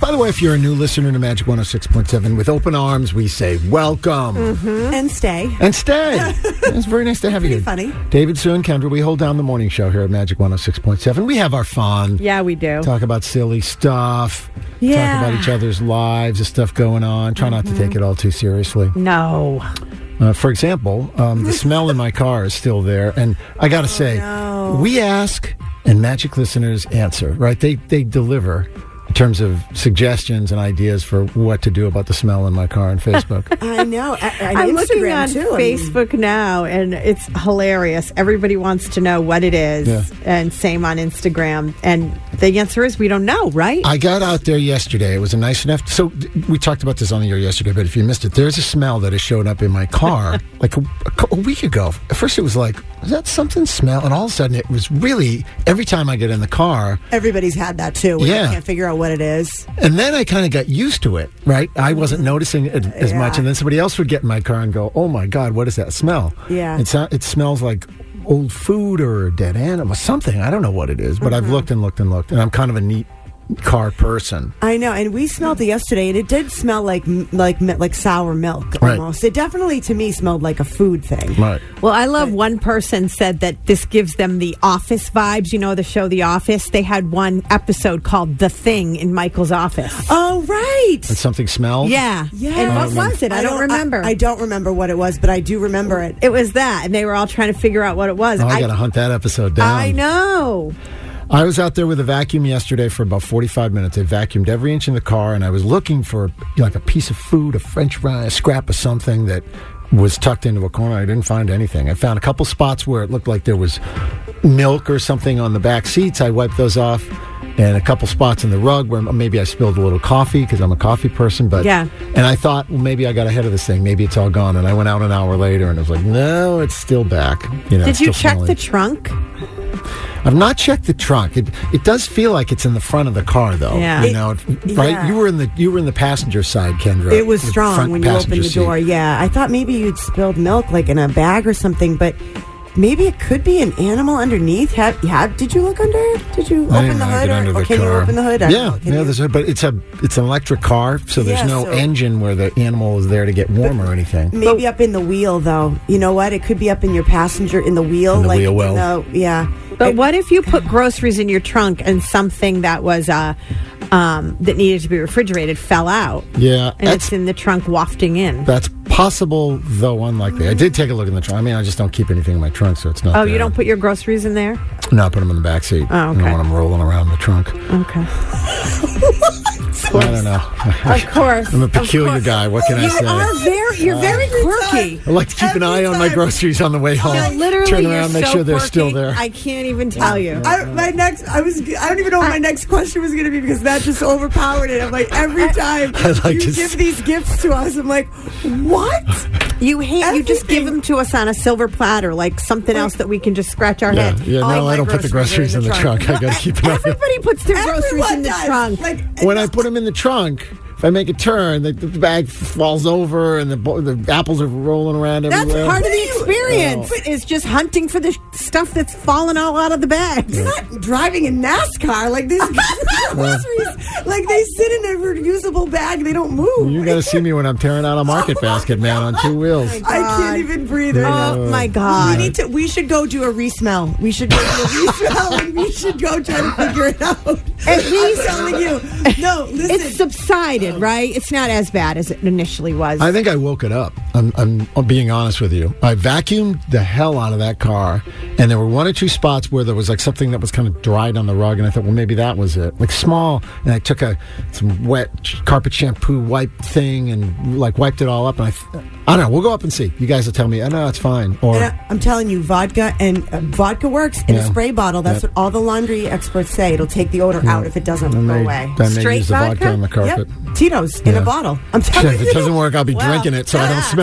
By the way, if you're a new listener to Magic 106.7, with open arms, we say welcome and stay. and stay. it's very nice to have you. Mm-hmm. Pretty funny. David, Sue, and Kendra, we hold down the morning show here at Magic 106.7. We have our fun. Yeah, we do. Talk about silly stuff. Yeah. Mm-hmm. Talk about each other's lives, the stuff going on. Try not to take it all too seriously. No. Uh, for example, um, the smell in my car is still there, and I got to say, we ask and Magic listeners answer. Right? They they deliver in terms of suggestions and ideas for what to do about the smell in my car on Facebook. I know. I, I know I'm Instagram looking on too. I mean, Facebook now, and it's hilarious. Everybody wants to know what it is, Yeah. and same on Instagram. And the answer is we don't know, right? I got out there yesterday. It was a nice enough. So th- we talked about this on the air yesterday, but if you missed it, there's a smell that has shown up in my car like a, a cou- a week ago. At first, it was like, is that something smell? And all of a sudden, it was really every time I get in the car. everybody's had that too. where Yeah. They can't figure out what it is. And then I kind of got used to it, right? I wasn't noticing it as much. And then somebody else would get in my car and go, oh my God, what is that smell? Yeah. It's, not- it smells like old food or a dead animal, something. I don't know what it is, but Mm-hmm. I've looked and looked and looked. And I'm kind of a neat car person. I know. And we smelled it yesterday, and it did smell like m- like mi- like sour milk Right. almost. It definitely to me smelled like a food thing. Right. Well, I love one person said that this gives them the office vibes. You know, the show The Office. They had one episode called The Thing in Michael's office. Oh right. And something smells? Yeah. Yeah. And what was it? I, don't, remember. I, don't remember what it was, but I do remember it. it was that, and they were all trying to figure out what it was. Oh, I, got to hunt that episode down. I know. I was out there with a vacuum yesterday for about 45 minutes. I vacuumed every inch in the car and I was looking for like a piece of food, a french fry, a scrap of something that was tucked into a corner. I didn't find anything. I found a couple spots where it looked like there was milk or something on the back seats. I wiped those off and a couple spots in the rug where maybe I spilled a little coffee because I'm a coffee person. But Yeah. and I thought, well, maybe I got ahead of this thing. Maybe it's all gone. And I went out an hour later and it was like, no, it's still back. You know, Did it's you still check smelling. the trunk? I've not checked the trunk. It it does feel like it's in the front of the car, though. Yeah. you know, it- right? yeah. You were in the you were in the passenger side, Kendra. It was The strong front when you opened passenger the door. seat. Yeah, I thought maybe you'd spilled milk like in a bag or something, but maybe it could be an animal underneath. Have, have did you look under? Did you open I didn't the wanna hood? get Or, under or the can you car. open the hood? I don't Yeah, know. Can yeah. you- There's a, but it's a it's an electric car, so there's Yeah, no so- engine where the animal is there to get warm or anything. maybe up in the wheel though. You know what? It could be up in your passenger in the wheel, In the like wheel well. no, yeah. But It- what if you put groceries in your trunk and something that was uh, um, that needed to be refrigerated fell out? Yeah, and that's- it's in the trunk wafting in. That's possible, though unlikely. I did take a look in the trunk. I mean, I just don't keep anything in my trunk, so it's not. Oh, there. you don't put your groceries in there? No, I put them in the back seat. Oh, I don't okay. want them rolling around the trunk. Okay. I don't know. Of course. I'm a peculiar guy. What can I say? You are very you're very quirky. I like to keep an eye on my groceries on the way home. No, literally, Turn you're around, make so sure they're still quirky, there. I can't even tell you. I, don't- my next, I was, I don't even know what my next question was going to be because that just overpowered it. I'm like, every time I like you to give s- these gifts to us, I'm like, what? You hand, you just give Everything. them to us on a silver platter, like something else that we can just scratch our yeah, head. yeah. All No, my I don't put the groceries are in the trunk. I gotta keep it up. Everybody puts their groceries Everyone in the does. trunk. Like, When I put them in the trunk, if I make a turn, the, the bag falls over and the bo- the apples are rolling around That's everywhere. Oh, part of What do the you experience is just hunting for the sh- stuff that's fallen all out of the bag. not driving in NASCAR like these groceries. like they sit in a reusable bag, they don't move. You got to see me when I'm tearing out a market basket, man, on two wheels. I can't even breathe. Right now. Oh my god! We need to. We should go do a resmell. We should go do a resmell, and we should go try to figure it out. At least- I'm telling you. No, listen. it's subsided, right? It's not as bad as it initially was. I think I woke it up. I'm, I'm, I'm being honest with you. I vacuumed the hell out of that car, and there were one or two spots where there was like something that was kind of dried on the rug, and I thought, well, maybe that was it, like small. And I took a some wet sh- carpet shampoo wipe thing and like wiped it all up. And I, f- I don't know. We'll go up and see. You guys will tell me. Oh, no, it's fine. Or And I- I'm telling you, vodka and uh, vodka works in Yeah. a spray bottle. That's Yep. what all the laundry experts say. It'll take the odor out if it doesn't I go may- away. I may use the vodka on the carpet. Yep. Tito's in Yeah. a bottle. I'm telling if you. it doesn't work, I'll be Wow. drinking it so I don't smell